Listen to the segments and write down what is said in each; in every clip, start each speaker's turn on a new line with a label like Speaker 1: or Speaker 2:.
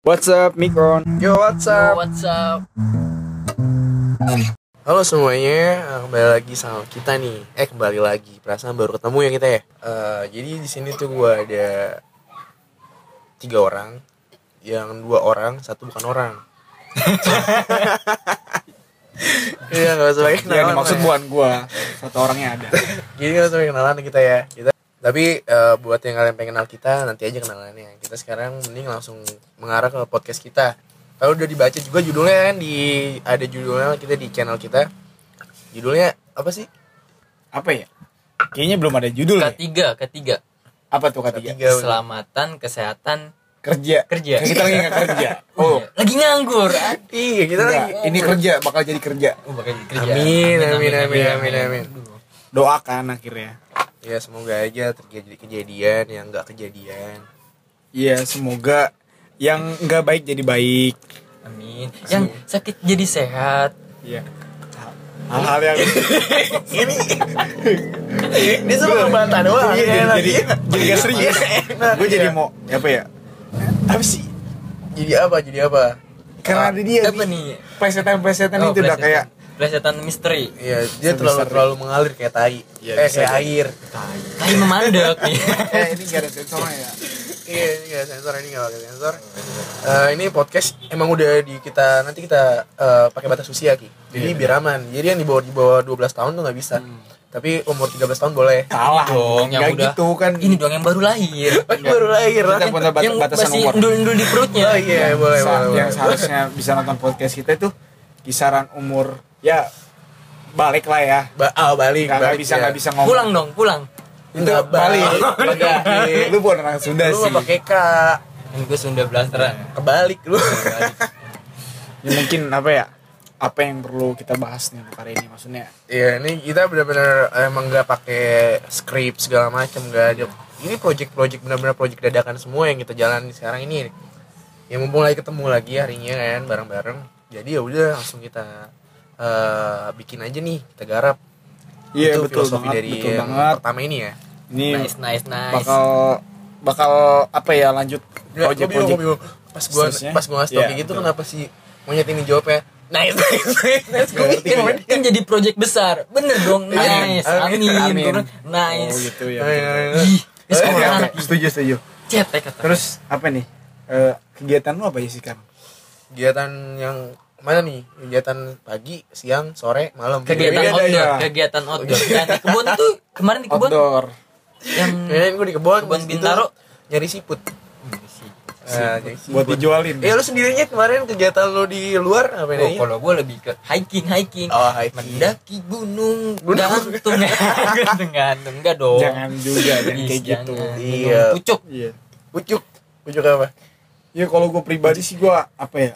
Speaker 1: What's up, Mikron?
Speaker 2: Yo, what's up?
Speaker 3: What's up?
Speaker 2: Halo semuanya, eh, kembali lagi sama kita nih. Eh, kembali lagi. Perasaan baru ketemu ya kita ya. Eh, jadi di sini tuh gua ada tiga orang, yang dua orang, satu bukan orang. Iya, nggak usah pakai
Speaker 1: Ya, ini
Speaker 2: kenalan,
Speaker 1: maksud
Speaker 2: ya.
Speaker 1: bukan gua. Satu orangnya ada.
Speaker 2: Jadi nggak usah pakai kenalan kita ya. Kita tapi eh, buat yang kalian pengen kenal kita nanti aja kenalannya. Kita sekarang mending langsung mengarah ke podcast kita. Kalau udah dibaca juga judulnya kan di ada judulnya kita di channel kita. Judulnya apa sih?
Speaker 1: Apa ya? Kayaknya belum ada judul. ya?
Speaker 3: Ketiga, ketiga.
Speaker 1: Apa tuh ketiga?
Speaker 2: Ketiga.
Speaker 3: Keselamatan, kesehatan,
Speaker 1: Kerja.
Speaker 3: Kerja. Iya.
Speaker 1: Kan Kita lagi nggak kerja.
Speaker 2: Oh,
Speaker 3: lagi nganggur. ah.
Speaker 2: iya kita
Speaker 1: Enggak,
Speaker 2: lagi.
Speaker 1: ini kerja bakal jadi kerja.
Speaker 3: Oh, bakal jadi kerja.
Speaker 2: Amin, amin, amin, amin, amin.
Speaker 3: Aduh.
Speaker 1: Doakan akhirnya.
Speaker 2: Ya semoga aja terjadi kejadian yang nggak kejadian.
Speaker 1: Iya, semoga yang nggak baik jadi baik.
Speaker 3: Amin. Yang sakit jadi sehat.
Speaker 1: Iya. Hal-hal yang
Speaker 2: Ini ini semua bantah doang.
Speaker 1: Iya, jadi
Speaker 2: Iya, iya.
Speaker 1: jadi nggak serius.
Speaker 2: Enak,
Speaker 1: Gue jadi
Speaker 2: iya.
Speaker 1: mau apa ya? Apa sih?
Speaker 2: jadi apa? Jadi apa?
Speaker 1: Karena ada dia.
Speaker 3: Apa
Speaker 1: Bi.
Speaker 3: nih?
Speaker 1: Plesetan-plesetan kan
Speaker 3: Oh,
Speaker 1: itu udah
Speaker 3: plesetan.
Speaker 1: kayak
Speaker 3: plesetan misteri.
Speaker 2: Iya, dia
Speaker 1: Sebesar
Speaker 2: terlalu
Speaker 1: ini.
Speaker 2: terlalu mengalir kayak tai.
Speaker 1: Iya,
Speaker 2: eh,
Speaker 1: bisa
Speaker 2: kayak
Speaker 1: jadi.
Speaker 2: air.
Speaker 3: Tai memandek nih.
Speaker 1: eh ini gak ada sensornya ya.
Speaker 2: Iya, ini nggak sensor, ini nggak pakai sensor. Eh, ini podcast emang udah di kita nanti kita eh, pakai batas usia
Speaker 1: Iya,
Speaker 2: ki. Jadi biar aman. Jadi yang di bawah di bawah 12 tahun tuh nggak bisa.
Speaker 1: Hmm.
Speaker 2: Tapi umur 13 tahun boleh.
Speaker 1: Salah
Speaker 3: dong, yang
Speaker 1: Nggak
Speaker 3: udah.
Speaker 1: gitu kan.
Speaker 3: Ini doang yang baru lahir.
Speaker 2: Oh, baru
Speaker 1: Iya.
Speaker 2: lahir.
Speaker 1: Kita
Speaker 2: lahir.
Speaker 1: punya bat-
Speaker 3: yang
Speaker 1: batasan
Speaker 3: masih
Speaker 1: umur.
Speaker 3: ndul-ndul di perutnya.
Speaker 2: Oh iya, boleh,
Speaker 1: Sa-
Speaker 2: boleh, boleh.
Speaker 1: yang seharusnya bisa nonton podcast kita itu kisaran umur ya balik lah ya.
Speaker 2: Ba- ah, balik,
Speaker 1: Nggak nggak
Speaker 2: balik,
Speaker 1: bisa
Speaker 2: ya.
Speaker 1: nggak bisa ngomong.
Speaker 3: Pulang dong, pulang.
Speaker 1: Itu
Speaker 2: Nggak
Speaker 1: balik.
Speaker 2: balik.
Speaker 1: Balik. Lu bukan orang Sunda
Speaker 2: Lu
Speaker 1: sih.
Speaker 2: nggak pakai K,
Speaker 3: Yang gue Sunda blasteran.
Speaker 2: kebalik lu.
Speaker 1: Ya, mungkin apa ya? Apa yang perlu kita bahas nih untuk hari ini maksudnya?
Speaker 2: Iya, ini kita benar-benar emang nggak pakai skrip segala macam nggak ada. Ini project-project benar-benar project dadakan semua yang kita jalani sekarang ini. Ya mumpung lagi ketemu lagi harinya kan bareng-bareng. Jadi ya udah langsung kita eh, bikin aja nih, kita garap. Itu filosofi dari
Speaker 1: Iya, betul
Speaker 2: yang
Speaker 1: banget.
Speaker 2: pertama ini ya.
Speaker 1: Ini
Speaker 3: Nice, nice, nice.
Speaker 1: Iya. bakal bakal apa ya lanjut
Speaker 2: Gua- gua bingung,
Speaker 1: project-project
Speaker 2: gua bingung. Pas gua
Speaker 1: Seterusnya?
Speaker 2: pas gua ngasih tau
Speaker 1: Iya,
Speaker 2: kayak gitu
Speaker 1: betul.
Speaker 2: kenapa sih monyet ini ya? jawabnya nice nice nice, nice. Gua
Speaker 1: Ngerti
Speaker 2: mikir,
Speaker 1: gua.
Speaker 2: "Amin,
Speaker 3: kan jadi project besar bener dong
Speaker 1: Amin.
Speaker 3: nice amin
Speaker 1: Amin.
Speaker 3: Gua bilang,
Speaker 1: Oh,
Speaker 3: nice
Speaker 1: gitu ya.
Speaker 2: amin,
Speaker 1: betul.
Speaker 2: amin."
Speaker 3: ih ini
Speaker 1: Oke, oke.
Speaker 3: sekolah
Speaker 1: Setuju, setuju.
Speaker 3: cetek kata
Speaker 1: Terus apa nih? Eh, kegiatan lu apa ya sih kan?
Speaker 2: kegiatan yang mana nih kegiatan pagi siang sore malam
Speaker 3: kegiatan
Speaker 1: beda
Speaker 2: Beda-beda.
Speaker 3: outdoor
Speaker 1: ya.
Speaker 3: kegiatan outdoor yang di kebun tuh kemarin di kebun
Speaker 1: Outdoor. Eh,
Speaker 3: yang
Speaker 2: Kirain gue Hmm. Eh, di kebun
Speaker 3: Kebun
Speaker 2: habis itu
Speaker 3: Bintaro.
Speaker 2: nyari siput. Nah, nyari siput.
Speaker 1: Buat dijualin.
Speaker 2: Ya lu sendirinya kemarin kegiatan lu di luar apa
Speaker 3: oh,
Speaker 2: nih?
Speaker 1: iya.
Speaker 3: kalau gue lebih ke hiking hiking
Speaker 2: Oh, hiking.
Speaker 3: mendaki gunung
Speaker 2: Gunung.
Speaker 3: gantung gantung gantung enggak dong
Speaker 1: Jangan juga jangan
Speaker 3: Ih,
Speaker 1: kayak
Speaker 3: jangan.
Speaker 1: gitu.
Speaker 2: Iya.
Speaker 3: Gunung pucuk
Speaker 1: Iya.
Speaker 2: Ucuk. Ucuk apa?
Speaker 1: Ya kalau gue pribadi sih gue apa ya?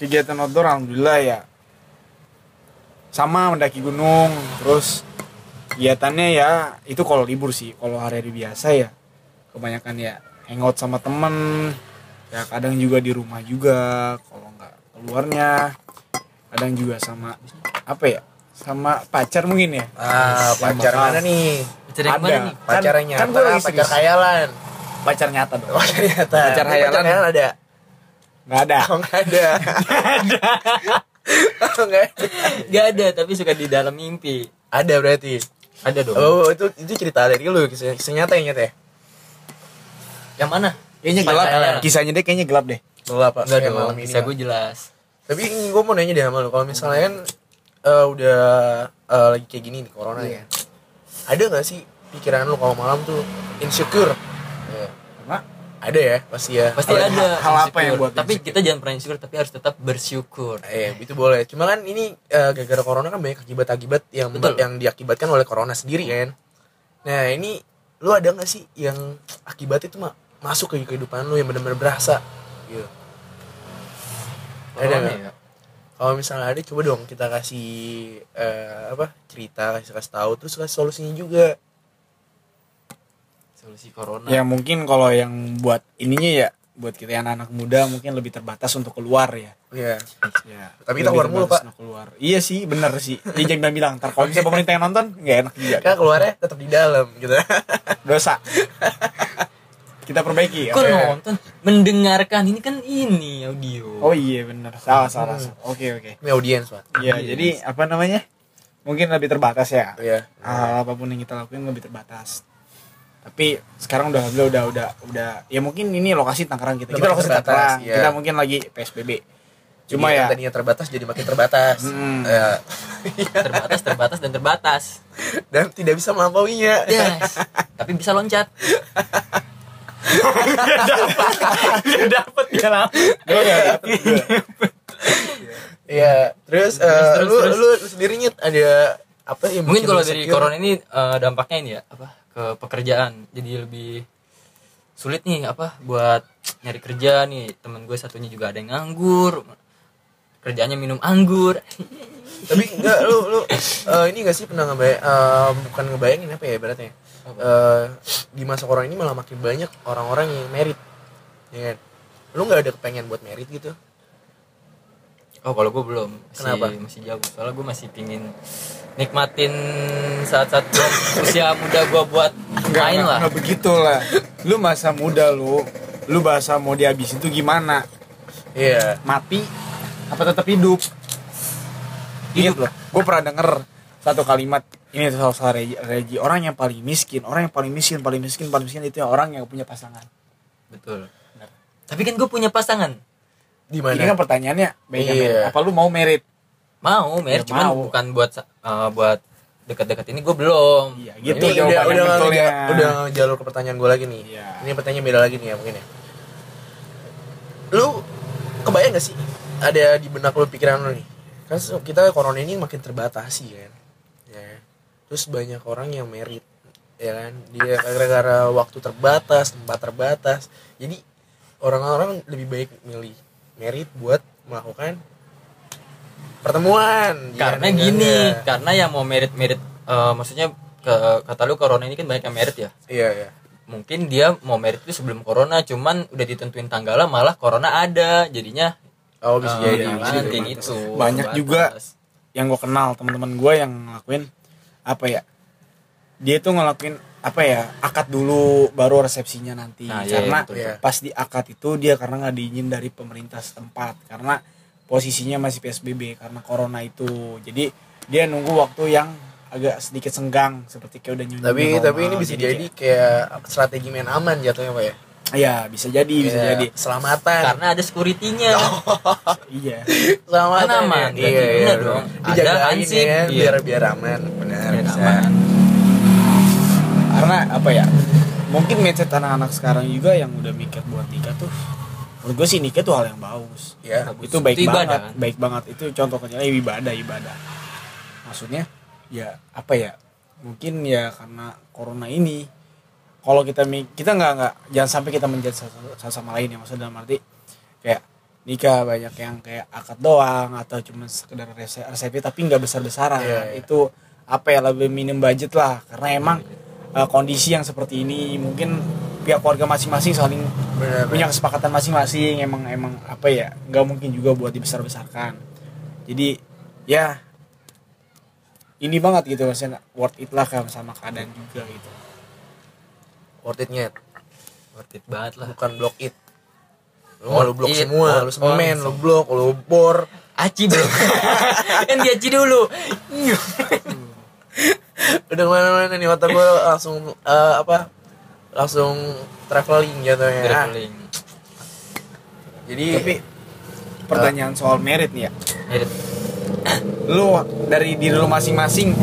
Speaker 1: Kegiatan outdoor alhamdulillah ya. Sama mendaki gunung, terus kegiatannya ya itu kalau libur sih. Kalau hari-hari biasa ya kebanyakan ya hangout sama temen ya kadang juga di rumah juga kalau nggak keluarnya kadang juga sama apa ya sama pacar mungkin ya Yang
Speaker 2: Ah, pacar
Speaker 1: bakal-
Speaker 2: mana nih?
Speaker 3: Bicara yang mana
Speaker 1: Ada.
Speaker 3: nih
Speaker 1: Kan-
Speaker 2: Pacar
Speaker 1: kan
Speaker 2: yang nyata,
Speaker 1: gua lagi
Speaker 2: pacar
Speaker 1: serius.
Speaker 2: khayalan.
Speaker 1: pacar nyata dong
Speaker 2: Oh, Pacar nyata.
Speaker 1: Pacar
Speaker 2: Ini
Speaker 1: khayalan.
Speaker 2: ada?
Speaker 1: nggak ada
Speaker 2: Oh, enggak ada. Oh, enggak ada.
Speaker 3: Gak ada tapi suka di dalam mimpi
Speaker 2: Ada berarti.
Speaker 3: ada dong
Speaker 2: Oh, itu itu cerita dari lu, kisah, kisah nyata ya nyata ya?
Speaker 3: yang mana
Speaker 1: kayaknya
Speaker 3: Pacar
Speaker 1: gelap
Speaker 3: khayalan.
Speaker 1: kisahnya dia kayaknya gelap deh
Speaker 2: Gelap, Pak.
Speaker 3: enggak
Speaker 2: Kayak
Speaker 3: dong
Speaker 2: malam ini.
Speaker 3: bisa
Speaker 2: lah.
Speaker 3: gue jelas
Speaker 2: tapi gue mau nanya deh sama lu kalau misalnya kan eh, udah eh, lagi kayak gini nih corona
Speaker 3: Iya.
Speaker 2: ya ada nggak sih pikiran lu kalau malam tuh insecure Ya.
Speaker 1: karena
Speaker 2: ada ya pasti ya
Speaker 3: Iya. pasti
Speaker 2: Kalau-
Speaker 3: ada
Speaker 1: hal apa yang
Speaker 3: insecure.
Speaker 1: buat
Speaker 3: tapi
Speaker 1: insecure?
Speaker 3: kita jangan pernah insecure tapi harus tetap bersyukur
Speaker 2: Iya, itu boleh. Cuma kan ini eh, gara-gara corona kan banyak akibat-akibat yang
Speaker 3: Betul. Iya.
Speaker 2: yang diakibatkan oleh corona sendiri kan. Nah, ini lu ada nggak sih yang akibat itu mah masuk ke kehidupan lu yang benar-benar berasa gitu. Ada
Speaker 3: Corona
Speaker 2: nggak?
Speaker 3: Iya. ya?
Speaker 2: Kalau misalnya ada coba dong kita kasih eh, apa cerita kasih kasih tahu terus kasih solusinya juga.
Speaker 3: solusi corona
Speaker 1: Ya mungkin kalau yang buat ininya ya buat kita yang anak muda mungkin lebih terbatas untuk keluar ya.
Speaker 2: Iya.
Speaker 1: Ya.
Speaker 2: Tapi kita keluar mulu,
Speaker 1: terbatas
Speaker 2: Pak.
Speaker 1: untuk Keluar. Iya sih, bener sih. Iya jangan bilang, bilang. Ntar kalau misalnya pemerintah Iya, yang nonton nggak enak juga.
Speaker 2: Kan keluarnya tetap di dalam gitu.
Speaker 1: Dosa. kita perbaiki ya
Speaker 3: Kok nonton? Mendengarkan ini kan ini audio.
Speaker 1: oh iya bener salah salah salah.
Speaker 2: Hmm.
Speaker 1: oke oke
Speaker 2: Ini audiens, Pak.
Speaker 1: Iya, jadi apa namanya mungkin lebih terbatas ya
Speaker 2: Iya.
Speaker 1: hal apapun yang kita lakuin lebih terbatas tapi sekarang udah alhamdulillah udah udah udah ya mungkin ini lokasi Tangerang kita kita lokasi
Speaker 2: Lokasi terbatas,
Speaker 1: Tangerang
Speaker 2: iya.
Speaker 1: kita mungkin lagi PSBB cuma
Speaker 2: Jadi
Speaker 1: ya
Speaker 2: yang tadinya terbatas jadi makin terbatas.
Speaker 1: Hmm.
Speaker 2: Ya.
Speaker 3: Terbatas, terbatas dan terbatas.
Speaker 2: Dan tidak bisa melampauinya.
Speaker 3: Yes. Tapi bisa loncat.
Speaker 1: dapat ya lah gue udah dapet gua.
Speaker 2: Iya. Terus, eh,
Speaker 3: Terus, terus,
Speaker 2: lu,
Speaker 3: terus.
Speaker 2: lu sendiri Nyet, ada apa yang
Speaker 3: Mungkin
Speaker 2: bikin
Speaker 3: kalau
Speaker 2: lu
Speaker 3: dari
Speaker 2: insecure?
Speaker 3: corona ini eh, dampaknya ini ya apa ke pekerjaan. Jadi lebih sulit nih apa buat nyari kerja nih. Temen gue satunya juga ada yang nganggur. Kerjanya minum anggur.
Speaker 2: tapi enggak lu lu eh, ini gak sih pernah ngebayang eh, bukan ngebayangin apa ya ibaratnya Eh, di masa corona ini malah makin banyak orang-orang yang merit ya kan? lu nggak ada kepengen buat merit gitu
Speaker 3: Oh kalau gue belum Masih-
Speaker 2: Kenapa?
Speaker 3: Masih jauh Soalnya gue masih pingin nikmatin saat-saat gua, usia muda gue buat
Speaker 1: Enggak,
Speaker 3: main
Speaker 1: enggak,
Speaker 3: lah
Speaker 1: enggak begitu lah lu masa muda lu lu bahasa mau dihabisin tuh gimana
Speaker 2: iya
Speaker 1: mati apa tetap hidup hidup loh gue pernah denger satu kalimat ini tuh salah salah Regi, Regi, orang yang paling miskin orang yang paling miskin paling miskin paling miskin itu yang orang yang punya pasangan
Speaker 3: Betul Tapi kan gue punya pasangan
Speaker 2: di
Speaker 1: ini kan
Speaker 2: mana
Speaker 1: pertanyaannya beda men.
Speaker 2: Iya.
Speaker 1: apa lu mau merit
Speaker 3: Mau
Speaker 1: Ya,
Speaker 3: mer Cuman
Speaker 1: mau.
Speaker 3: bukan buat sa- eh, buat dekat-dekat ini gue belum
Speaker 1: Iya,
Speaker 2: Ini
Speaker 1: gitu. Itu
Speaker 2: udah
Speaker 1: jawaban
Speaker 2: udah
Speaker 1: betulnya.
Speaker 2: ngeja- udah jalur ke pertanyaan gue lagi nih
Speaker 1: Iya.
Speaker 2: ini pertanyaan beda lagi nih ya mungkin ya lu kebayang gak sih ada di benak lu pikiran lu nih kan se- kita corona ini makin terbatasi kan ya terus banyak orang yang merit ya kan dia gara-gara waktu terbatas tempat terbatas jadi orang-orang lebih baik milih merit buat melakukan
Speaker 1: Iya,
Speaker 2: pertemuan ya
Speaker 3: Karena
Speaker 2: kan,
Speaker 3: gini
Speaker 2: ya.
Speaker 3: Karena yang mau merit-merit eh, Maksudnya ke, kata lu corona ini kan banyak yang merit ya
Speaker 2: iya iya
Speaker 3: mungkin dia mau merit itu sebelum corona cuman udah ditentuin tanggalnya malah corona ada jadinya
Speaker 2: oh bisa
Speaker 3: eh,
Speaker 1: iya, iya,
Speaker 2: jadi bisa jadi.
Speaker 3: dilanjutin itu
Speaker 1: Banyak
Speaker 3: terbatas.
Speaker 1: juga yang gue kenal teman-teman gue yang ngelakuin apa ya dia tuh ngelakuin apa ya akad dulu baru resepsinya nanti
Speaker 3: Nah, iya,
Speaker 1: karena
Speaker 3: betul,
Speaker 2: betul.
Speaker 1: pas di akad itu dia karena nggak diizin dari pemerintah setempat karena posisinya masih psbb karena corona itu jadi dia nunggu waktu yang agak sedikit senggang seperti kayak udah nyonya
Speaker 2: tapi tapi
Speaker 3: Ah,
Speaker 2: ini bisa jadi kayak strategi main aman jatuhnya pak ya
Speaker 3: Iya,
Speaker 1: ya bisa jadi bisa
Speaker 2: Kayak
Speaker 1: jadi
Speaker 2: selamatan
Speaker 3: karena ada security-nya
Speaker 1: iya
Speaker 2: selamatan
Speaker 3: Kan aman,
Speaker 2: ya. iya,
Speaker 3: berarti
Speaker 2: iya,
Speaker 3: bener
Speaker 2: iya.
Speaker 3: dong. Ada
Speaker 2: dijagain
Speaker 3: ansip,
Speaker 2: ya
Speaker 3: iya.
Speaker 2: biar biar aman benar
Speaker 3: Keren
Speaker 2: bisa.
Speaker 3: aman.
Speaker 1: karena apa ya mungkin mindset anak-anak sekarang juga yang udah mikir buat nikah tuh menurut gue sih nikah tuh hal yang bagus
Speaker 2: ya
Speaker 3: Iya, Bagus.
Speaker 1: itu baik
Speaker 3: Itu ibadah,
Speaker 1: banget
Speaker 3: kan?
Speaker 1: baik banget itu contoh kecilnya ibadah ibadah maksudnya ya apa ya mungkin ya karena corona ini kalau kita mi- kita nggak nggak jangan sampai kita menjadi satu, satu sama lain ya maksudnya dalam arti kayak nikah banyak yang kayak akad doang atau cuma sekedar resep resepi tapi nggak besar besaran
Speaker 2: Iya, iya.
Speaker 1: itu apa ya lebih minim budget lah karena emang
Speaker 3: Iya,
Speaker 1: eh, kondisi yang seperti ini mungkin pihak keluarga masing-masing saling
Speaker 2: benar
Speaker 1: punya kesepakatan masing-masing emang emang apa ya nggak mungkin juga buat dibesar-besarkan jadi ya ini banget gitu maksudnya worth it lah kan sama keadaan juga gitu
Speaker 2: worth it nyet
Speaker 3: worth it banget lah
Speaker 2: bukan block it lu
Speaker 3: Worth
Speaker 2: lu blok
Speaker 3: it,
Speaker 2: semua lu
Speaker 3: worth all.
Speaker 2: semen lu blok lu bor
Speaker 3: aci bro kan di aci dulu
Speaker 2: udah kemana-mana nih mata gue langsung eh, apa langsung traveling jatuhnya
Speaker 3: traveling
Speaker 2: jadi
Speaker 1: tapi pertanyaan soal merit nih ya
Speaker 3: Merit.
Speaker 1: lu dari diri lu masing-masing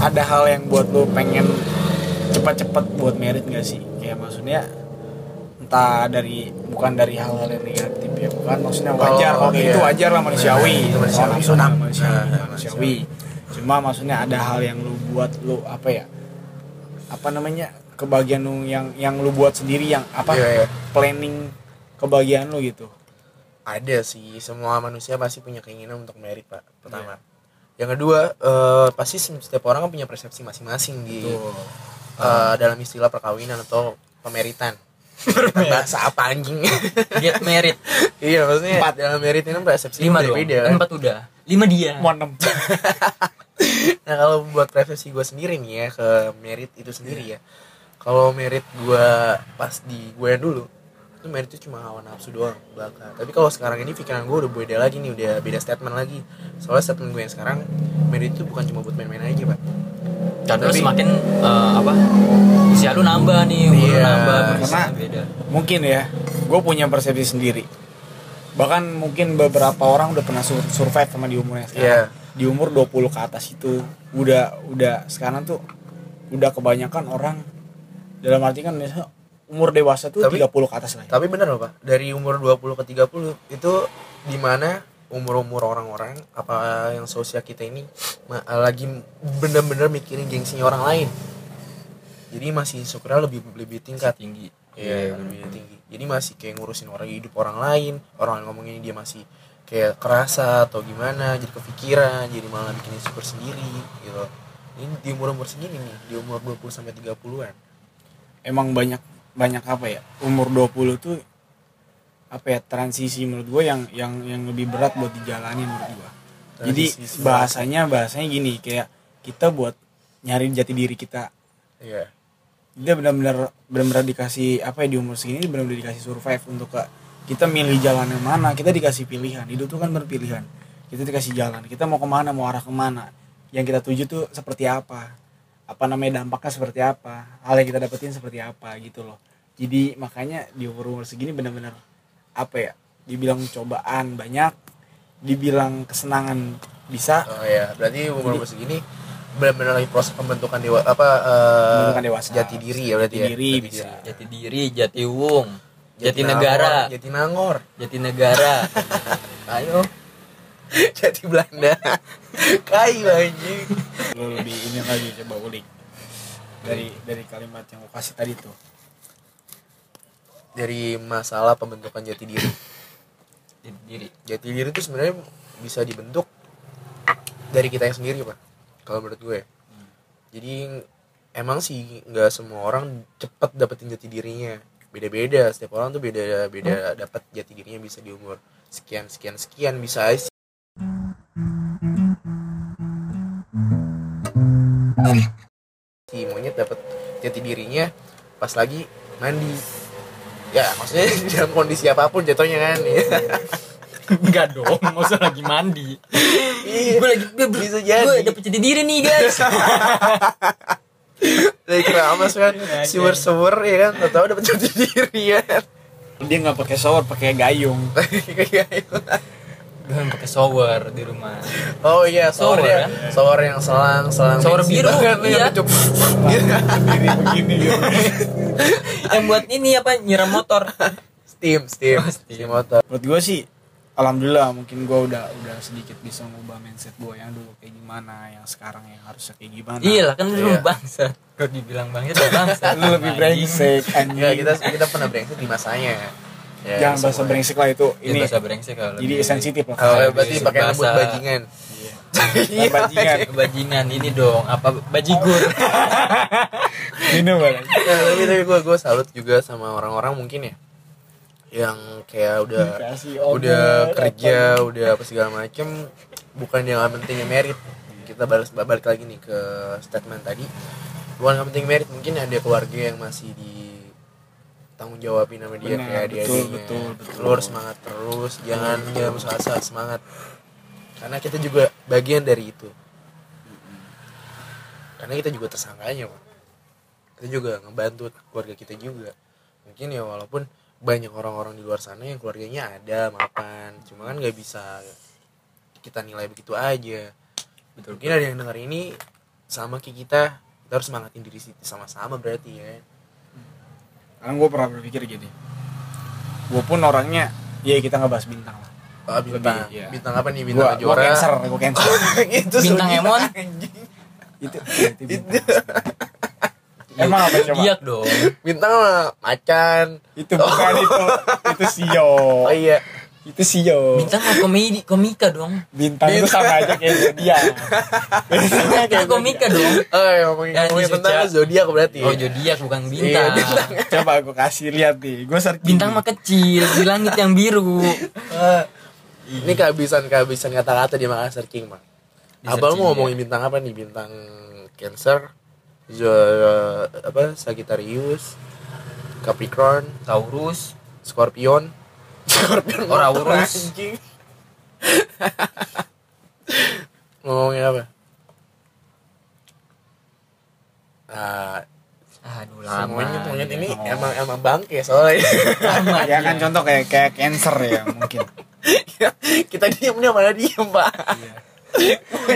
Speaker 1: ada hal yang buat lu pengen cepat-cepat buat merit gak sih kayak maksudnya entah dari bukan dari hal-hal yang negatif ya bukan maksudnya wajar
Speaker 2: Oh,
Speaker 1: oke
Speaker 2: iya.
Speaker 1: itu wajar lah manusiawi
Speaker 2: Nah, itu
Speaker 1: Soal
Speaker 2: manusiawi,
Speaker 1: nafsu
Speaker 2: benar.
Speaker 1: manusiawi,
Speaker 2: Nah,
Speaker 1: manusiawi. cuma maksudnya ada hal yang lu buat lu apa ya apa namanya kebagian lu yang yang lu buat sendiri yang apa
Speaker 2: Iya, iya.
Speaker 1: planning kebagian lu gitu
Speaker 2: ada sih semua manusia pasti punya keinginan untuk merit pak pertama
Speaker 3: Iya.
Speaker 2: yang kedua eh, pasti se- setiap orang kan punya persepsi masing-masing di eh, dalam istilah perkawinan atau pemeritan bahasa apa anjing
Speaker 3: get merit
Speaker 2: iya maksudnya dalam merit ini persepsi
Speaker 3: lima dong
Speaker 2: berbeda kan?
Speaker 3: empat udah lima dia
Speaker 1: mau enam
Speaker 2: nah kalau buat persepsi gue sendiri nih ya ke merit itu sendiri ya kalau merit gua pas di gue dulu itu merit itu cuma hawa nafsu doang belaka tapi kalau sekarang ini pikiran gua udah beda lagi nih udah beda statement lagi soalnya statement gue yang sekarang merit itu bukan cuma buat main-main aja pak
Speaker 3: Dan terus
Speaker 2: Tapi-
Speaker 3: semakin eh, apa usia lu nambah nih umur lu
Speaker 2: Iya,
Speaker 3: nambah karena
Speaker 1: karena-
Speaker 3: beda
Speaker 1: mungkin ya gue punya persepsi sendiri bahkan mungkin beberapa orang udah pernah sur- survive sama di umurnya
Speaker 2: Iya.
Speaker 1: sekarang di umur 20 ke atas itu udah udah sekarang tuh udah kebanyakan orang dalam arti kan biasanya umur dewasa tuh
Speaker 2: Tapi-
Speaker 1: 30 ke atas lah ya.
Speaker 2: Tapi bener loh pak, dari umur 20 ke 30 itu dimana umur-umur orang-orang apa yang seusia kita ini ma- lagi bener-bener mikirin gengsinya orang lain. Jadi masih syukurnya lebih lebih tingkat.
Speaker 3: tinggi
Speaker 2: Iya, lebih tinggi. Jadi masih kayak ngurusin orang hidup orang lain, orang yang ngomongin dia masih kayak kerasa atau gimana, jadi kepikiran, jadi malah bikin insecure sendiri gitu. Ini di umur-umur segini nih, di umur 20 sampai 30-an.
Speaker 1: emang banyak banyak apa ya umur 20 tuh apa ya transisi menurut gue yang yang yang lebih berat buat dijalani menurut gue jadi
Speaker 2: Transisi.
Speaker 1: bahasanya bahasanya gini kayak kita buat nyari jati diri kita
Speaker 2: Iya.
Speaker 1: dia benar-benar benar-benar dikasih apa ya di umur segini benar-benar dikasih survive untuk ke kita milih jalan yang mana kita dikasih pilihan hidup tuh kan berpilihan kita dikasih jalan kita mau kemana mau arah kemana yang kita tuju tuh seperti apa apa namanya dampaknya seperti apa hal yang kita dapetin seperti apa gitu loh jadi makanya di umur umur segini benar-benar apa ya dibilang cobaan banyak dibilang kesenangan bisa
Speaker 2: Oh ya, berarti umur umur segini benar-benar lagi proses pembentukan dewa apa eh,
Speaker 1: Pembentukan dewasa.
Speaker 2: jati diri ya berarti
Speaker 1: Jati
Speaker 2: ya.
Speaker 1: diri
Speaker 2: Jati
Speaker 1: bisa.
Speaker 3: jati diri jati wong jati
Speaker 2: Jatinangor,
Speaker 3: negara
Speaker 2: jati nangor,
Speaker 3: jati negara ayo
Speaker 2: jati Belanda. Kayu anjing.
Speaker 1: lo lebih ini lagi coba ulik dari dari kalimat yang lo kasih tadi tuh
Speaker 2: Dari masalah pembentukan jati diri.
Speaker 3: jati diri
Speaker 2: Jati diri itu sebenarnya bisa dibentuk dari kita yang sendiri, Pak. Kalau menurut gue. Jadi emang sih nggak semua orang cepet dapetin jati dirinya. Beda-beda, setiap orang tuh beda-beda dapat jati dirinya bisa di umur sekian sekian sekian bisa aja si monyet dapat jati dirinya pas lagi mandi ya maksudnya dalam kondisi apapun jatuhnya kan
Speaker 3: Enggak dong, masa lagi mandi.
Speaker 2: iya
Speaker 3: Gue lagi gue
Speaker 2: Bisa jadi.
Speaker 3: Gue dapet jati diri nih, guys.
Speaker 2: dari keramas kan
Speaker 3: Iya,
Speaker 2: sewer sewer ya kan tau tau dapat jati diri ya kan
Speaker 1: dia nggak pakai shower pakai gayung
Speaker 3: gue pakai shower di rumah.
Speaker 2: oh iya shower
Speaker 3: Shower,
Speaker 2: ya
Speaker 3: kan?
Speaker 2: shower yang selang selang
Speaker 3: Shower
Speaker 2: bensin
Speaker 3: biru,
Speaker 2: kan,
Speaker 3: iya.
Speaker 2: yang cukup gitu.
Speaker 1: begini begini gitu
Speaker 3: Yang buat ini apa nyiram motor.
Speaker 2: steam steam steam motor
Speaker 1: menurut gue sih alhamdulillah mungkin gue udah udah sedikit bisa ngubah mindset gue yang dulu kayak gimana yang sekarang yang harusnya kayak gimana
Speaker 3: Iya lah kan lu
Speaker 2: Iya.
Speaker 3: bangsa. Kalau dibilang bangsa, lu bangsa.
Speaker 1: lu lebih brengsek
Speaker 2: ya
Speaker 1: anjing
Speaker 2: kita kita pernah brengsek di masanya ya,
Speaker 1: jangan bahasa
Speaker 2: semua.
Speaker 1: brengsek lah itu
Speaker 3: Ini
Speaker 1: ini
Speaker 3: Iya, bahasa brengsek kalau.
Speaker 1: jadi
Speaker 3: lebih-
Speaker 1: sensitif lah
Speaker 2: oh, berarti
Speaker 3: Bahasa-
Speaker 2: pakai rambut bajingan Iya.
Speaker 1: Bukan bajingan
Speaker 3: Iya. Bajingan ini dong, apa bajigur.
Speaker 1: minum banget
Speaker 2: Nah, tapi tapi gue gue salut juga sama orang-orang mungkin ya yang kayak udah
Speaker 1: Dikasih
Speaker 2: udah
Speaker 1: obat,
Speaker 2: kerja udah apa segala macem bukan yang nggak pentingnya merit kita balas balik lagi nih ke statement tadi bukan nggak penting merit mungkin ada keluarga yang masih di tanggung jawabin sama dia
Speaker 1: Benar,
Speaker 2: kayak dia
Speaker 1: betul, betul, betul.
Speaker 2: lu harus semangat terus jangan jangan putus asa semangat karena kita juga bagian dari itu karena kita juga tersangkanya Pak. kita juga ngebantu keluarga kita juga mungkin ya walaupun banyak orang-orang di luar sana yang keluarganya ada mapan cuma kan nggak bisa kita nilai begitu aja
Speaker 3: Betul.
Speaker 2: mungkin ada yang dengar ini sama kayak kita kita harus semangatin diri sendiri sama-sama berarti ya
Speaker 1: karena gue pernah berpikir gini gue pun orangnya ya kita nggak bahas bintang lah
Speaker 2: oh, bintang
Speaker 1: Lebih, iya.
Speaker 2: bintang apa nih
Speaker 1: gue
Speaker 2: bintang
Speaker 1: gue
Speaker 2: juara
Speaker 1: cancer gue cancer
Speaker 2: itu
Speaker 3: Bintang
Speaker 2: sulit,
Speaker 3: Emon?
Speaker 2: anjing.
Speaker 1: itu, itu bintang. emang apa coba
Speaker 3: Biak dong.
Speaker 2: bintang apa? macan
Speaker 1: itu bukan itu itu sio
Speaker 2: oh iya
Speaker 1: itu sio
Speaker 3: Bintang mah komedi, komika dong.
Speaker 1: bintang itu sama aja kayak dia
Speaker 3: Bintang komika dong.
Speaker 2: oh iya, ngomongin,
Speaker 3: Ya,
Speaker 2: ngomongin
Speaker 3: di
Speaker 2: tentang
Speaker 3: Suca.
Speaker 2: zodiak berarti
Speaker 3: Oh,
Speaker 2: ya?
Speaker 3: jodiak bukan
Speaker 2: Iya,
Speaker 3: bintang.
Speaker 1: coba gue kasih lihat nih gue searching
Speaker 3: Bintang mah kecil di langit yang biru.
Speaker 2: Ah, ini kehabisan kehabisan kata-kata di maka searching bang
Speaker 3: Di
Speaker 2: abang
Speaker 3: searching,
Speaker 2: mau ngomongin bintang apa nih bintang cancer Zo- apa Sagittarius, Capricorn,
Speaker 3: Taurus
Speaker 2: Scorpion, Scorpion
Speaker 3: Orang
Speaker 2: motor,
Speaker 3: urus.
Speaker 2: anjing. Ngomongin apa? Ah,
Speaker 3: aduh lama ya. Oh.
Speaker 2: semuanya monyet
Speaker 3: dia
Speaker 2: ini
Speaker 3: ngomong.
Speaker 2: emang emang bangke soalnya
Speaker 3: lama
Speaker 1: ya kan
Speaker 3: dia.
Speaker 1: contoh kayak kayak cancer ya mungkin
Speaker 2: kita diem dia malah diem pak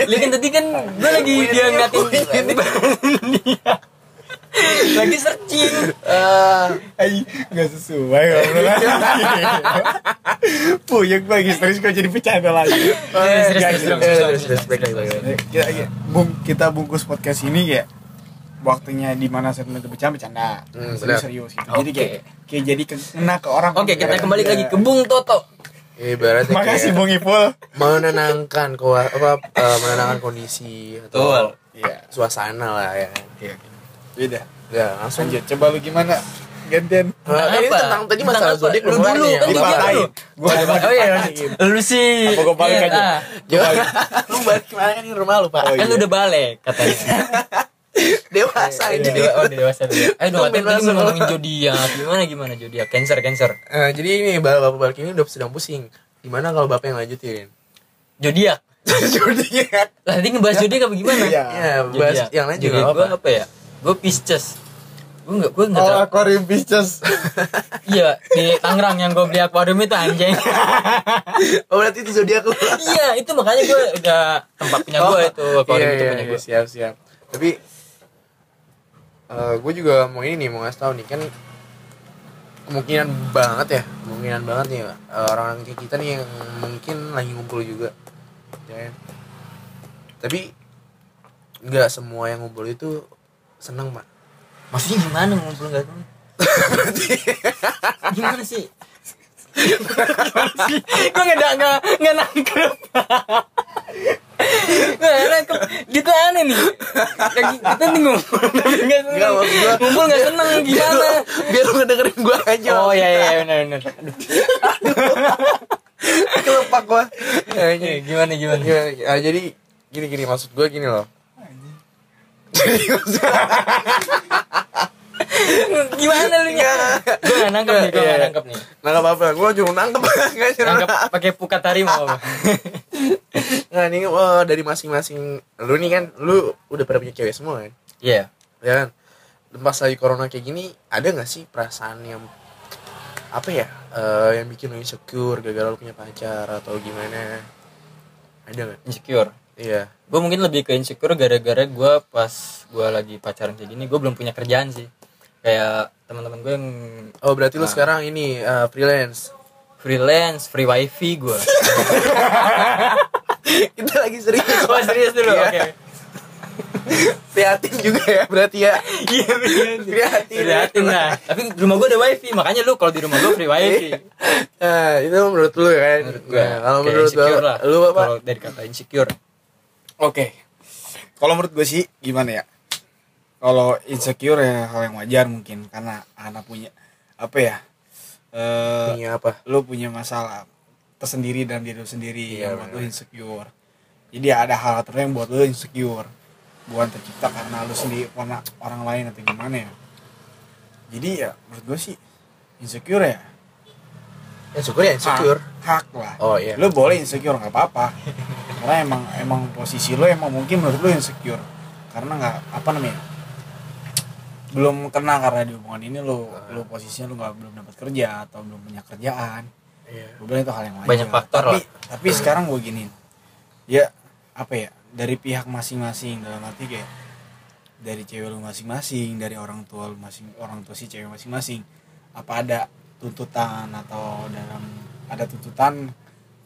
Speaker 3: Lagi kan tadi kan gue lagi
Speaker 2: Monyet
Speaker 3: dia
Speaker 2: ini,
Speaker 3: ngatin
Speaker 2: monyet ini.
Speaker 3: lagi searching
Speaker 2: Eh,
Speaker 1: Ay, gak sesuai obrolan. Puyeng lagi serius kok jadi bercanda lagi.
Speaker 3: Iya, serius,
Speaker 2: eh, eh,
Speaker 3: serius, serius,
Speaker 2: serius,
Speaker 3: serius,
Speaker 2: serius, baik, baik, baik.
Speaker 1: Eh, Kita, bung- kita bungkus podcast ini ya waktunya di mana segmen itu bercanda bercanda
Speaker 2: Hmm,
Speaker 1: serius
Speaker 2: benar.
Speaker 1: serius gitu. jadi
Speaker 3: Oke.
Speaker 1: kayak kayak jadi kena ke orang
Speaker 3: oke kita kembali
Speaker 1: Iya.
Speaker 3: lagi ke Bung Toto
Speaker 2: Ya, Ibaratnya
Speaker 1: makasih
Speaker 2: kayak
Speaker 1: bung Ipul
Speaker 2: menenangkan ko- apa eh, menenangkan kondisi atau
Speaker 3: Betul.
Speaker 1: iya
Speaker 2: suasana lah ya. kan.
Speaker 1: iya beda
Speaker 2: Ya, langsung
Speaker 1: lanjut coba lu gimana gantian
Speaker 2: Eh, ini
Speaker 3: Apa?
Speaker 2: tentang tadi
Speaker 3: Tentang
Speaker 2: masalah
Speaker 3: apa?
Speaker 2: zodiak
Speaker 3: Lu
Speaker 2: belum kelar
Speaker 3: dulu,
Speaker 2: nih ya.
Speaker 3: kan
Speaker 2: Gua
Speaker 3: dulu.
Speaker 2: balik.
Speaker 1: dipatahin gua mau
Speaker 3: Oh iya.
Speaker 1: dipatahin
Speaker 3: lu sih
Speaker 1: Apa gua balik
Speaker 3: Iya,
Speaker 1: aja?
Speaker 3: ah.
Speaker 2: Gua balik. Lu balik kemana kan di rumah lu, Pak?
Speaker 1: Oh, iya.
Speaker 3: kan lu udah balik katanya
Speaker 2: Dewasa ini
Speaker 3: Iya,
Speaker 2: dia.
Speaker 3: oh udah dewasa dulu aduh
Speaker 2: Tumben
Speaker 3: tadi
Speaker 2: langsung.
Speaker 3: ngomongin zodiak gimana gimana zodiak cancer cancer
Speaker 2: Eh, jadi ini bapak balik ini udah sedang pusing. Gimana kalau bapak yang lanjutin?
Speaker 3: zodiak
Speaker 2: Zodiak.
Speaker 3: lah tadi ngebahas zodiak apa gimana
Speaker 1: Iya.
Speaker 2: Ya, bahas
Speaker 3: Zodiak.
Speaker 2: yang lain juga
Speaker 3: Zodiak
Speaker 2: nggak
Speaker 3: gua
Speaker 2: apa-apa.
Speaker 3: apa ya gue Pisces gue nggak gue nggak
Speaker 1: oh
Speaker 3: tahu
Speaker 1: aquarium Pisces
Speaker 3: iya di Tangerang yang gue beli akuarium itu anjing
Speaker 2: Oh, berarti itu zodiak lu.
Speaker 3: iya itu makanya gue udah tempat punya gue
Speaker 2: Oh,
Speaker 3: itu akuarium
Speaker 2: iya,
Speaker 3: itu
Speaker 2: iya,
Speaker 3: punya
Speaker 2: iya,
Speaker 3: gue
Speaker 2: siap siap tapi gue juga mau ini nih mau ngasih tahu nih kan kemungkinan banget ya kemungkinan banget nih eh, orang-orang kayak kita nih yang mungkin lagi ngumpul juga ya kan? tapi nggak semua yang ngumpul itu seneng pak
Speaker 3: maksudnya gimana ngumpul nggak tahu gimana sih gue nggak nggak nggak nangkep gue nangkep gitu aneh nih Lagi- kita nih ngumpul tapi nggak
Speaker 2: Nggak,
Speaker 3: seneng
Speaker 2: maksud gua-
Speaker 3: ngumpul nggak seneng gimana
Speaker 2: biar lu ngedengerin gue aja
Speaker 3: oh iya iya benar benar Aduh,
Speaker 2: kelepak gue
Speaker 3: iya, gimana gimana
Speaker 2: iya, jadi gini gini maksud gue gini loh
Speaker 3: gimana lu
Speaker 2: Iya.
Speaker 3: nya gue nggak nangkep nih gue nggak nangkep nih
Speaker 2: nggak apa-apa gue cuma nangkep nggak cuma-
Speaker 3: nangkep pakai pukat harimau apa
Speaker 2: Nah ini eh, dari masing-masing lu nih kan, lu udah pada punya cewek semua kan,
Speaker 3: iya
Speaker 2: ya kan? Dan Pas lagi corona kayak gini, ada nggak sih perasaan yang apa ya, eh, yang bikin lu insecure gara-gara lu punya pacar atau gimana? Ada nggak?
Speaker 3: insecure
Speaker 2: Iya.
Speaker 3: gue mungkin lebih ke insecure gara-gara gue pas gue lagi pacaran kayak gini gue belum punya kerjaan sih kayak teman-teman gue yang
Speaker 2: Oh berarti lu
Speaker 3: Ah.
Speaker 2: sekarang ini eh, freelance?
Speaker 3: freelance free wifi gue
Speaker 2: Kita lagi serius.
Speaker 3: oh serius dulu
Speaker 2: Iya.
Speaker 3: oke
Speaker 2: Prihatin juga ya berarti ya.
Speaker 3: iya bener.
Speaker 2: Prihatin.
Speaker 3: prihatin Iya, lah
Speaker 2: Iya.
Speaker 3: tapi di rumah gue ada wifi makanya lu kalau di rumah gue free wifi
Speaker 2: Nah, itu menurut lu ya kan?
Speaker 3: menurut gue
Speaker 2: Nah, Iya. kalau
Speaker 3: kayak
Speaker 2: menurut lu,
Speaker 3: insecure lah
Speaker 2: lu apa?
Speaker 3: kalau dari kata insecure
Speaker 1: Oke. Kalau menurut gue sih gimana ya? Kalau insecure ya hal yang wajar mungkin karena anak punya apa ya? Eh
Speaker 2: Punya apa?
Speaker 1: lu punya masalah tersendiri dalam diri lu sendiri
Speaker 2: Iya,
Speaker 1: yang buat lu insecure. Jadi ada hal tertentu yang buat lu insecure. Bukan tercipta karena lu sendiri karena orang lain atau gimana ya. Jadi ya menurut gue sih insecure ya
Speaker 2: Ya syukur ya insecure.
Speaker 1: hak, hak lah
Speaker 2: Oh iya.
Speaker 1: lu boleh insecure nggak apa-apa karena emang emang posisi lu emang mungkin menurut lu insecure karena nggak apa namanya belum kena karena di hubungan ini lu
Speaker 2: Ah.
Speaker 1: lu posisinya lu nggak belum dapat kerja atau belum punya kerjaan
Speaker 2: Iya.
Speaker 1: gue bilang itu hal yang wajar
Speaker 3: Banyak faktor
Speaker 1: tapi
Speaker 3: lah.
Speaker 1: tapi sekarang gue giniin ya apa ya dari pihak masing-masing dalam arti kayak dari cewek lu masing-masing dari orang tua lu masing orang tua si cewek masing-masing apa ada tuntutan atau dalam ada tuntutan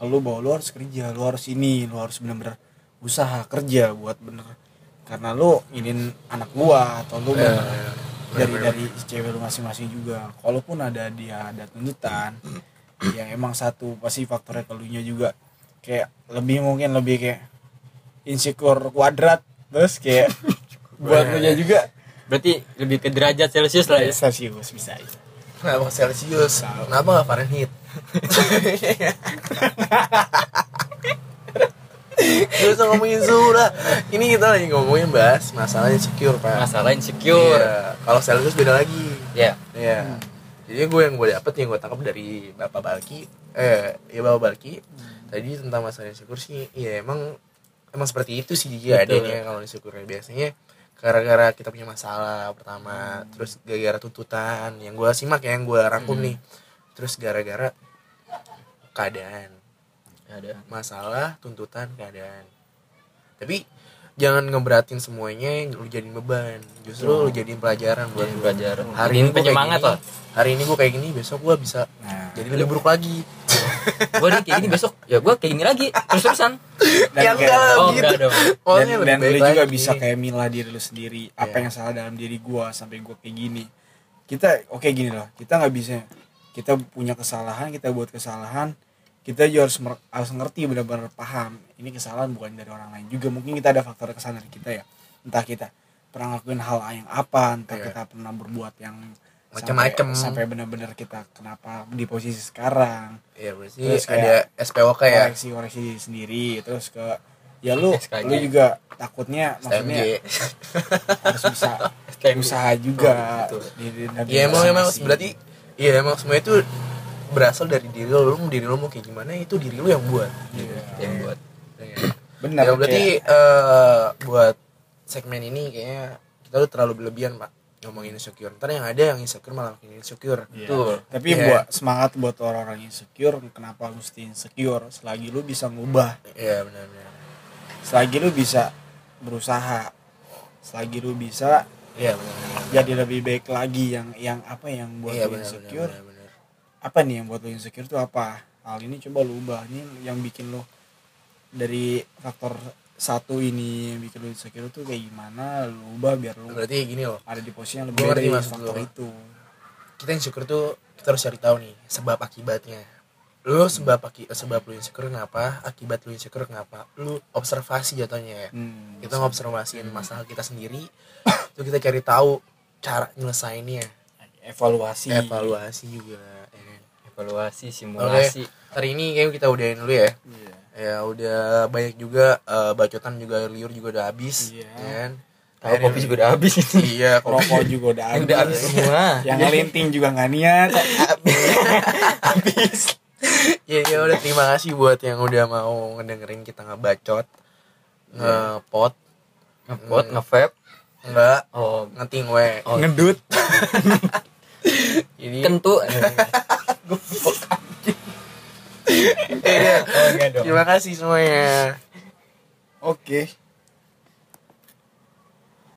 Speaker 1: lu bahwa lu harus kerja lu harus ini lu harus bener-bener usaha kerja buat bener karena lu ingin anak gua atau
Speaker 3: Iya.
Speaker 1: lu bener
Speaker 2: Iya.
Speaker 1: dari dari cewek lu masing-masing juga kalaupun ada dia ada tuntutan ya emang satu pasti faktornya keluarnya juga kayak lebih mungkin lebih kayak insecure kuadrat terus kayak buat lu nya juga
Speaker 3: berarti lebih ke derajat celcius lah
Speaker 2: Iya.
Speaker 3: ya
Speaker 1: Celsius bisa aja.
Speaker 2: Kenapa ke Celsius? Kenapa gak Fahrenheit? Terus usah ngomongin Zura. Ini kita lagi ngomongin bahas masalah insecure, Pak.
Speaker 3: masalah insecure
Speaker 2: Iya, Kalau selfless beda lagi.
Speaker 3: ya
Speaker 2: Iya. Jadi gue yang gue dapet yang gue tangkap dari Bapak Balki, eh ya Bapak Balki tadi tentang masalah insecure sih, ya emang emang seperti itu sih dia
Speaker 3: Betul.
Speaker 2: adanya kalau insecure biasanya gara-gara kita punya masalah pertama, terus gara-gara tuntutan yang gue simak ya, yang gue rangkum nih, terus gara-gara keadaan
Speaker 3: Iya. ada
Speaker 2: masalah tuntutan keadaan tapi jangan ngeberatin semuanya yang lu jadiin beban justru lu jadiin pelajaran buat
Speaker 3: Jadiin
Speaker 2: gua.
Speaker 3: pelajaran.
Speaker 2: hari ini
Speaker 3: Jadiin
Speaker 2: gua kayak
Speaker 3: penyemangat
Speaker 2: gini,
Speaker 3: lah.
Speaker 2: hari ini gue kayak gini besok gue bisa
Speaker 1: Nah,
Speaker 2: jadi lebih buruk lagi
Speaker 3: gue nih kayak gini besok ya gue kayak gini lagi terus terusan
Speaker 1: Dan
Speaker 2: Ya
Speaker 1: kayak-
Speaker 2: enggak,
Speaker 3: oh
Speaker 2: gitu.
Speaker 3: enggak dong
Speaker 1: dan,
Speaker 2: Awalnya
Speaker 1: dan
Speaker 2: baik
Speaker 1: lu juga
Speaker 2: lagi.
Speaker 1: bisa kayak milah diri lu sendiri apa
Speaker 2: Iya.
Speaker 1: yang salah dalam diri gua sampai gua kayak gini kita oke gini lah kita nggak bisa kita punya kesalahan kita buat kesalahan kita juga harus mer- harus ngerti benar-benar paham ini kesalahan bukan dari orang lain juga mungkin kita ada faktor kesalahan dari kita ya entah kita pernah ngelakuin hal yang apa entah
Speaker 2: Iya.
Speaker 1: kita pernah berbuat yang
Speaker 2: Macem-macem.
Speaker 1: sampai, sampai benar-benar kita kenapa di posisi sekarang
Speaker 2: ya berarti
Speaker 1: Terus
Speaker 2: ada SPOK ya
Speaker 1: koreksi koreksi diri sendiri terus ke ya lu
Speaker 3: SKJ.
Speaker 1: lu juga takutnya maksudnya
Speaker 2: STMJ
Speaker 1: harus bisa
Speaker 3: STMJ.
Speaker 1: usaha juga
Speaker 3: Betul.
Speaker 1: di, di- di-
Speaker 2: gitu. Oh, ya emang emang
Speaker 1: masing-masing.
Speaker 2: berarti ya emang semua itu berasal dari diri lu, lu diri lu mau kayak gimana itu diri lu yang buat Gitu
Speaker 1: Iya.
Speaker 3: yang buat
Speaker 2: Ya.
Speaker 1: benar
Speaker 2: ya berarti
Speaker 1: kayak-
Speaker 2: eh, buat segmen ini kayaknya kita udah terlalu berlebihan pak ngomongin insecure ntar yang ada yang insecure malah makin insecure
Speaker 1: Iya.
Speaker 3: Betul.
Speaker 1: tapi
Speaker 2: Iya.
Speaker 1: buat semangat buat orang-orang insecure kenapa lu mesti insecure selagi lu bisa ngubah
Speaker 2: iya benar-benar
Speaker 1: selagi lu bisa berusaha selagi lu bisa
Speaker 2: iya benar-benar
Speaker 1: jadi lebih baik lagi yang yang apa yang buat
Speaker 2: iya
Speaker 1: lu
Speaker 2: benar-benar
Speaker 1: insecure
Speaker 2: benar-benar.
Speaker 1: apa nih yang buat lo insecure tuh apa hal ini coba lo ubah ini yang bikin lo dari faktor satu ini yang bikin lo insecure tuh kayak gimana lo ubah biar lo
Speaker 2: berarti gini loh
Speaker 1: ada di posisi yang lebih
Speaker 2: Gua
Speaker 1: dari
Speaker 2: ngerti maksud
Speaker 1: faktor
Speaker 2: lo.
Speaker 1: itu
Speaker 2: kita insecure tuh kita harus cari tahu nih sebab akibatnya lu sebab aki, sebab lu insecure kenapa akibat lu insecure kenapa lu observasi jatuhnya ya
Speaker 1: hmm.
Speaker 2: kita ngobservasiin masalah kita sendiri terus kita cari tahu cara nyelesainnya
Speaker 1: evaluasi
Speaker 2: evaluasi juga ya kan?
Speaker 3: evaluasi simulasi
Speaker 2: hari ini kayaknya kita udahin dulu ya
Speaker 1: Iya.
Speaker 2: ya udah banyak juga eh, bacotan juga liur juga udah habis
Speaker 1: Iya.
Speaker 2: ya kan
Speaker 3: Tahu kopi juga udah habis ini
Speaker 2: iya kopi
Speaker 1: rokok juga udah
Speaker 3: yang
Speaker 1: habis,
Speaker 3: udah habis semua
Speaker 1: yang ngelinting juga nggak niat
Speaker 3: habis
Speaker 2: ya ya udah terima kasih buat yang udah mau ngedengerin kita ngebacot
Speaker 3: Iya.
Speaker 2: ngepot
Speaker 3: ngepot ngevape
Speaker 2: enggak
Speaker 3: oh
Speaker 2: ngeting we
Speaker 3: Oh. Kan-
Speaker 1: ngedut
Speaker 2: ini
Speaker 3: kentut
Speaker 2: Eh, ya. terima kasih iya, semuanya
Speaker 1: oke